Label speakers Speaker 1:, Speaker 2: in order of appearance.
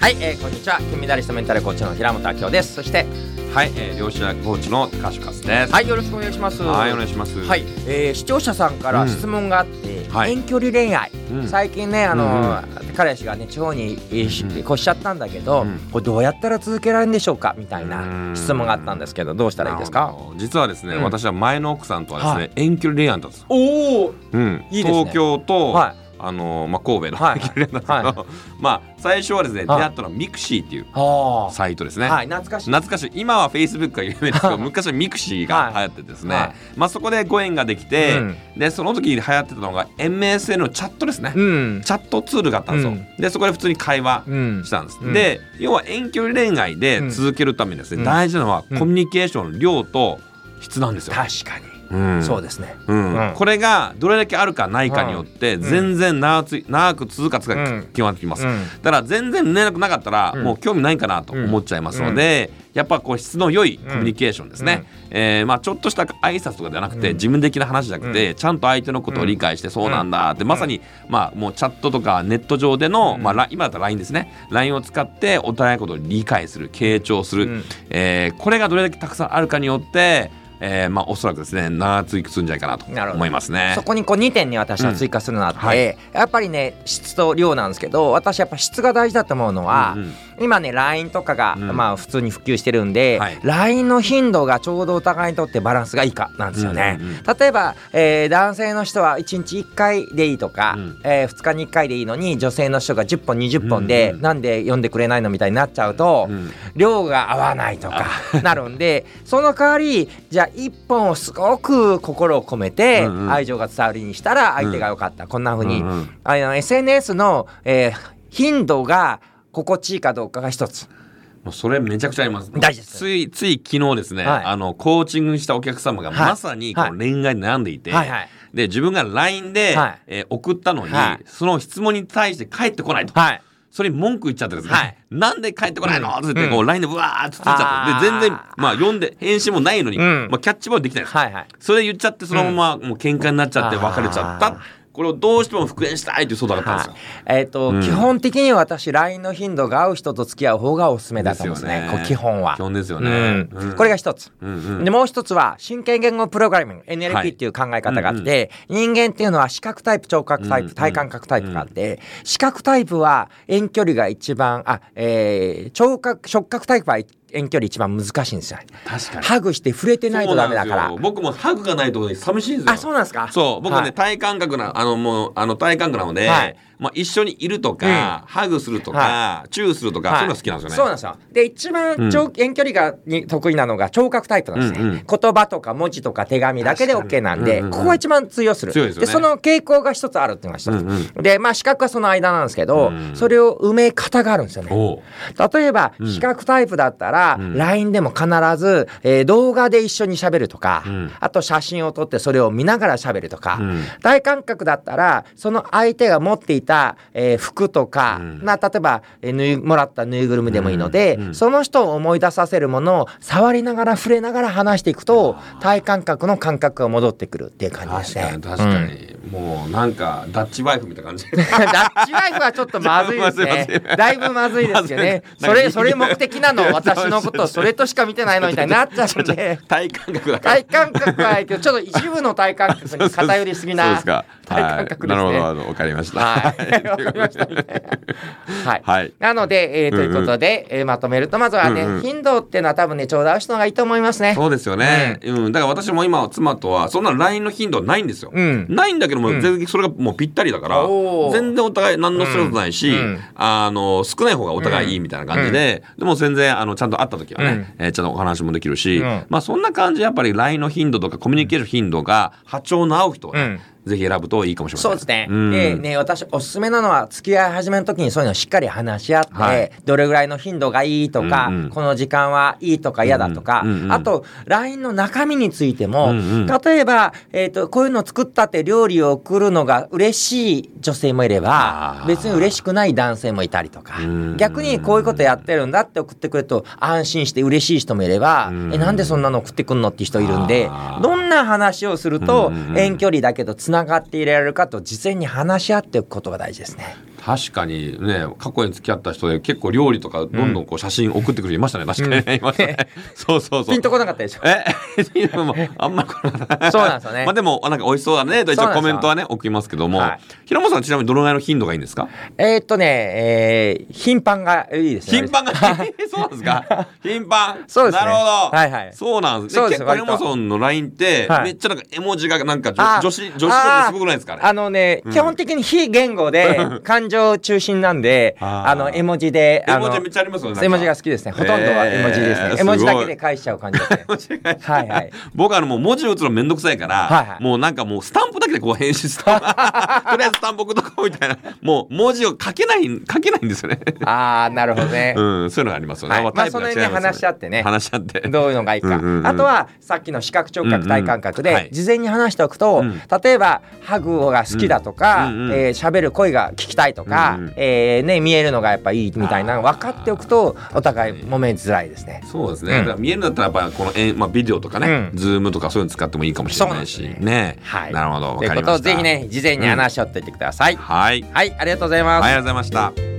Speaker 1: はい、えーこんにちは金メダリストメンタルコーチの平本明夫ですそして
Speaker 2: はい、えー、漁師やコーチの高橋和です。
Speaker 1: はいよろしくお願いします
Speaker 2: はい、お願いします。
Speaker 1: はい、えー視聴者さんから質問があって、
Speaker 2: んはい
Speaker 1: 遠距離恋愛、
Speaker 2: うん
Speaker 1: 最近ねあのー、彼氏がね地方にえーし
Speaker 2: うん
Speaker 1: 越しちゃったんだけど、
Speaker 2: うん
Speaker 1: これどうやったら続けられるんでしょうかみたいうなん質問があったんですけどどうしたらいいです
Speaker 2: なる
Speaker 1: か
Speaker 2: ほど実はですね、
Speaker 1: うん
Speaker 2: 私は前の奥さんとは
Speaker 1: は
Speaker 2: で
Speaker 1: い
Speaker 2: すね、遠距離恋愛だったんですよ。
Speaker 1: おお
Speaker 2: うん、
Speaker 1: いいですね
Speaker 2: 東京と、
Speaker 1: は
Speaker 2: あのーまあ神戸の
Speaker 1: はい
Speaker 2: 遠距離恋愛だったんですけど、 まあ最初はですね、出
Speaker 1: はい
Speaker 2: 会ったのはミクシーっていう
Speaker 1: いは
Speaker 2: サイトです
Speaker 1: あ、
Speaker 2: ね。
Speaker 1: はい懐かしい
Speaker 2: 懐かしい今はフェイスブックが有名ですけど昔はミクシーが流行ってですね、
Speaker 1: はい
Speaker 2: まあ、そこでご縁ができて、
Speaker 1: うん
Speaker 2: でその時に流行ってたのが MSN のチャットですね、
Speaker 1: うん
Speaker 2: チャットツールがあったんですよ、
Speaker 1: うん
Speaker 2: でそこで普通に会話
Speaker 1: うん
Speaker 2: したんです、
Speaker 1: うん
Speaker 2: で要は遠距離恋愛で続けるためにですね、
Speaker 1: うん
Speaker 2: 大事なのは
Speaker 1: うん
Speaker 2: コミュニケーションの量と質なんですよ、
Speaker 1: 確かに、
Speaker 2: うん
Speaker 1: そうですね
Speaker 2: うん
Speaker 1: うん
Speaker 2: これがどれだけあるかないかによって全然長つ長く続くかつか
Speaker 1: うん
Speaker 2: 決まってきます、
Speaker 1: うん
Speaker 2: だから全然連絡なかったら
Speaker 1: うん
Speaker 2: もう興味ないかなと思っちゃいますので、やっぱこう質の良いコミュニケーションですね、えーまあ、ちょっとした挨拶とかじゃなくて、
Speaker 1: うん
Speaker 2: 自分的な話じゃなくて、ちゃんと相手のことを理解して、そうなんだって、まさに、まあ、もうチャットとかネット上での、
Speaker 1: うん
Speaker 2: まあ、ラ今だったら LINE ですね LINE を使ってお互いのことを理解する傾聴する、
Speaker 1: うん
Speaker 2: えーこれがどれだけたくさんあるかによって、えーまあ、おそらくですね長続きするんじゃないかなと
Speaker 1: なるほど
Speaker 2: 思いますね
Speaker 1: そ。こにこう2点に私は追加するのあって、
Speaker 2: うんはい
Speaker 1: やっぱりね質と量なんですけど私やっぱ質が大事だと思うのは、
Speaker 2: うんうん
Speaker 1: 今ね LINE とかが、
Speaker 2: うん
Speaker 1: まあ普通に普及してるんで、
Speaker 2: はい
Speaker 1: LINE の頻度がちょうどお互いにとってバランスがいいかなんですよね。
Speaker 2: うんうんうん
Speaker 1: 例えば、えー男性の人は1日1回でいいとか、
Speaker 2: うん
Speaker 1: え2日に1回でいいのに女性の人が10本20本で、
Speaker 2: うんうん
Speaker 1: なんで読んでくれないのみたいになっちゃうと。
Speaker 2: うん
Speaker 1: 量が合わないと かなるんでその代わりじゃあ一本をすごく心を込めて
Speaker 2: うんうん
Speaker 1: 愛情が伝わりにしたら相手が良かった、こんな風に、
Speaker 2: うんうん
Speaker 1: あの SNS の、えー頻度が心地いいかどうかが一つ
Speaker 2: もうそれめちゃくちゃあります。
Speaker 1: 大事です
Speaker 2: ついつい昨日ですね、
Speaker 1: はい
Speaker 2: あのコーチングしたお客様が
Speaker 1: はい
Speaker 2: まさにこ
Speaker 1: はいう
Speaker 2: 恋愛に悩んでいて、
Speaker 1: はいはい
Speaker 2: で自分が LINE で、
Speaker 1: はい
Speaker 2: えー送ったのに、
Speaker 1: はい
Speaker 2: その質問に対して返ってこないと。
Speaker 1: はい
Speaker 2: それに文句言っちゃってですね、
Speaker 1: はい
Speaker 2: なんで返ってこないの
Speaker 1: うん
Speaker 2: って言ってこ
Speaker 1: う
Speaker 2: う LINE でうわーってついちゃってで
Speaker 1: あー
Speaker 2: 全然まあ読んで返信もないのに、
Speaker 1: うん
Speaker 2: まあ、キャッチボールできないです、
Speaker 1: はいはい
Speaker 2: それ言っちゃってそのままもう喧嘩になっちゃって
Speaker 1: うん
Speaker 2: 別れちゃっ
Speaker 1: あー
Speaker 2: たこれをどうしても復縁したいっていう相談があったんですよ。
Speaker 1: はいえっ、と、
Speaker 2: うん
Speaker 1: 基本的に私 LINE の頻度が合う人と付き合う方がおすすめだと思うんですね
Speaker 2: ですよ
Speaker 1: こ
Speaker 2: ね
Speaker 1: う基本は
Speaker 2: 基本ですよね
Speaker 1: うん
Speaker 2: うん
Speaker 1: これが一つ、
Speaker 2: うんうん
Speaker 1: でもう一つは神経言語プログラミング
Speaker 2: は
Speaker 1: NLP
Speaker 2: い
Speaker 1: っていう考え方があって、人間っていうのは視覚タイプ聴覚タイ
Speaker 2: うんう
Speaker 1: プ
Speaker 2: ん
Speaker 1: 体感覚タイプがあって、視覚タイプは遠距離が一番あ、えー聴覚触覚タイプは遠距離一番難しいんですよ。
Speaker 2: 確かに
Speaker 1: ハグして触れてないとダメだから
Speaker 2: そうなんですよ僕もハグがないと寂しいんですよ
Speaker 1: あそうなんですか
Speaker 2: そう僕ね、
Speaker 1: はい
Speaker 2: 体感覚なあのもうあの体感覚なので、
Speaker 1: はい
Speaker 2: まあ、一緒にいるとか、ハグするとか、
Speaker 1: は
Speaker 2: チューするとか、
Speaker 1: はい
Speaker 2: そういうの好きなんです
Speaker 1: そうな
Speaker 2: よね
Speaker 1: んですよ。で一番長遠距離がに得意なのが聴覚タイプなんですね、
Speaker 2: うんうん
Speaker 1: 言葉とか文字とか手紙だけで
Speaker 2: 確か
Speaker 1: OK
Speaker 2: に
Speaker 1: なんで、
Speaker 2: うんうんうん
Speaker 1: ここが一番通用する。
Speaker 2: 強いですよね
Speaker 1: その傾向が一つあるっていうのが一つ。
Speaker 2: うん
Speaker 1: でまあ視覚はその間なんですけど、
Speaker 2: うん
Speaker 1: それを埋め方があるんですよね。
Speaker 2: おう
Speaker 1: 例えば、
Speaker 2: うん
Speaker 1: 視覚タイプだったら、
Speaker 2: うん
Speaker 1: LINE でも必ず、えー動画で一緒に喋るとか、
Speaker 2: うん
Speaker 1: あと写真を撮ってそれを見ながら喋るとか、
Speaker 2: うん
Speaker 1: 大感覚だったら、その相手が持っていた、えー服とか、
Speaker 2: うん
Speaker 1: な例えば、えーぬいもらったぬいぐるみでもいいので、
Speaker 2: うんうん
Speaker 1: その人を思い出させるものを触りながら触れながら話していくと、体感覚の感覚が戻ってくるっていう感じです
Speaker 2: 確か
Speaker 1: ね
Speaker 2: に。確か
Speaker 1: うん
Speaker 2: に、もうなんかダッチワイフみたいな 感じ
Speaker 1: ダッチワイフはちょっとまずいです
Speaker 2: まずい
Speaker 1: ね
Speaker 2: まず。い
Speaker 1: だいぶまずいですよね。
Speaker 2: まずい
Speaker 1: それ、
Speaker 2: なんか
Speaker 1: それ目的なの、私のことをそれとしか見てないのみたいになっちゃうんで。
Speaker 2: 体感覚だから
Speaker 1: 体感覚はいいけど、ちょっと一部の体感覚に偏りすぎ
Speaker 2: そう
Speaker 1: な
Speaker 2: ですか
Speaker 1: 体感覚ですね。
Speaker 2: はい、なるほどわかりました
Speaker 1: はい。わかりましたね。はい。
Speaker 2: はい
Speaker 1: なので、えーということで、えーまとめると、まずはね、
Speaker 2: うんうん
Speaker 1: 頻度っていうのは多分ね、ちょうど合う人の方がいいと思いますね。
Speaker 2: そうですよね、うんだから私も今は妻とはそんな LINE の頻度はないんですよ、
Speaker 1: うん
Speaker 2: ないんだけども
Speaker 1: うん
Speaker 2: 全然それがもうぴったりだから、
Speaker 1: おー
Speaker 2: 全然お互い何のストレスもないし、
Speaker 1: うんうん
Speaker 2: あの少ない方がお互いいいみたいな感じで、でも全然あのちゃんと会った時はね、
Speaker 1: うん
Speaker 2: えーちゃんとお話もできるし、
Speaker 1: うん
Speaker 2: まあそんな感じでやっぱり LINE の頻度とかコミュニケーション頻度が波長の合う人をね、ぜひ選ぶといいかもしれません
Speaker 1: そうですね。
Speaker 2: ん
Speaker 1: でね、私、おすすめなのは、付き合い始めの時にそういうのをしっかり話し合って、
Speaker 2: はい
Speaker 1: どれぐらいの頻度がいいとか、
Speaker 2: うんうん
Speaker 1: この時間はいいとか嫌だとか、
Speaker 2: うんうんうん
Speaker 1: あと、LINE の中身についても、
Speaker 2: うんうん
Speaker 1: 例えば、えっ、と、こういうの作ったって料理を送るのが嬉しい女性もいれば
Speaker 2: あ、ー
Speaker 1: 別に嬉しくない男性もいたりとか
Speaker 2: うん、
Speaker 1: 逆にこういうことやってるんだって送ってくれると安心して嬉しい人もいれば、
Speaker 2: うん
Speaker 1: え、なんでそんなの送ってくんのって人いるんで
Speaker 2: あ、ー
Speaker 1: どんな話をすると
Speaker 2: うんうんう、ん
Speaker 1: 遠距離距離だけどつながっていられるかと事前に話し合っておくことが大事ですね。
Speaker 2: 確かにね過去に付き合った人で結構料理とかどんどんこう写真送ってくる人いましたね、確かにね、いまし たねそうそうそう
Speaker 1: ピンとこなかったでしょ
Speaker 2: えもうあんまりこの
Speaker 1: そうなんですよね
Speaker 2: まあでもなんか美味しそうだねと一
Speaker 1: そう
Speaker 2: 応
Speaker 1: なんです
Speaker 2: コ
Speaker 1: よ
Speaker 2: メントはね送りますけども、
Speaker 1: はい
Speaker 2: 平本さんちなみにどのぐらいの頻度がいいんですか
Speaker 1: えー、っとね、えー、頻繁がいいですね
Speaker 2: 頻繁が そうなんですか頻繁
Speaker 1: そうですね
Speaker 2: なるほど、
Speaker 1: はいはい
Speaker 2: そうなんです
Speaker 1: そう
Speaker 2: ね
Speaker 1: です
Speaker 2: 結構
Speaker 1: 割
Speaker 2: 平
Speaker 1: と
Speaker 2: 本さんの LINE って、
Speaker 1: はい
Speaker 2: めっちゃなんか絵文字がなんか
Speaker 1: あー
Speaker 2: 女女子女子力すごくないですかね
Speaker 1: あのね、
Speaker 2: うん
Speaker 1: 基本的に非言語 で感情中心なんで、
Speaker 2: あー
Speaker 1: あの絵文字で、
Speaker 2: 絵
Speaker 1: あの
Speaker 2: 文字めっちゃありますよねなんか
Speaker 1: 絵文字が好きですね。ほとんどは絵文字ですね。
Speaker 2: えー
Speaker 1: 絵文字だ
Speaker 2: すご
Speaker 1: け
Speaker 2: い
Speaker 1: で返しちゃう感じです ね。はいはい。
Speaker 2: 僕あのもう文字打つのめんどくさいから、
Speaker 1: はいはい
Speaker 2: もうなんかもうスタンプだけでこう返信スタン プとりあえずスタンプ送っとこうみたいなもう文字を書けない書けないんですよね
Speaker 1: ああ、なるほどね。
Speaker 2: うんそういうのがありますよね、
Speaker 1: はいまあ
Speaker 2: タイプが違いすよ
Speaker 1: その辺ね話し合ってね
Speaker 2: 話し合って
Speaker 1: どういうのがいいか、
Speaker 2: うんうんうん
Speaker 1: あとはさっきの視覚聴
Speaker 2: うんう
Speaker 1: 覚
Speaker 2: ん
Speaker 1: 体感覚で、
Speaker 2: はい
Speaker 1: 事前に話しておくと、
Speaker 2: うん
Speaker 1: 例えばハグが好きだとか、
Speaker 2: うんうんうん
Speaker 1: えー喋る声が聞きたいとか、
Speaker 2: うんうん
Speaker 1: えーね、見えるのがやっぱいいみたいなの分かっておくとお互い揉めづらいですね。
Speaker 2: そうです
Speaker 1: うん
Speaker 2: ね、だから見えるんだったらやっぱこの、えまあ、ビデオとかね、
Speaker 1: うん
Speaker 2: ズームとかそういうの使ってもいいかもしれないし
Speaker 1: そうなん
Speaker 2: ね
Speaker 1: ですはい、
Speaker 2: なるほどわ
Speaker 1: という
Speaker 2: かり
Speaker 1: こ
Speaker 2: まし
Speaker 1: と
Speaker 2: た
Speaker 1: をぜひね事前に話し合っておいてください。
Speaker 2: はい
Speaker 1: はい、ありがとうございます。
Speaker 2: ありがとうございました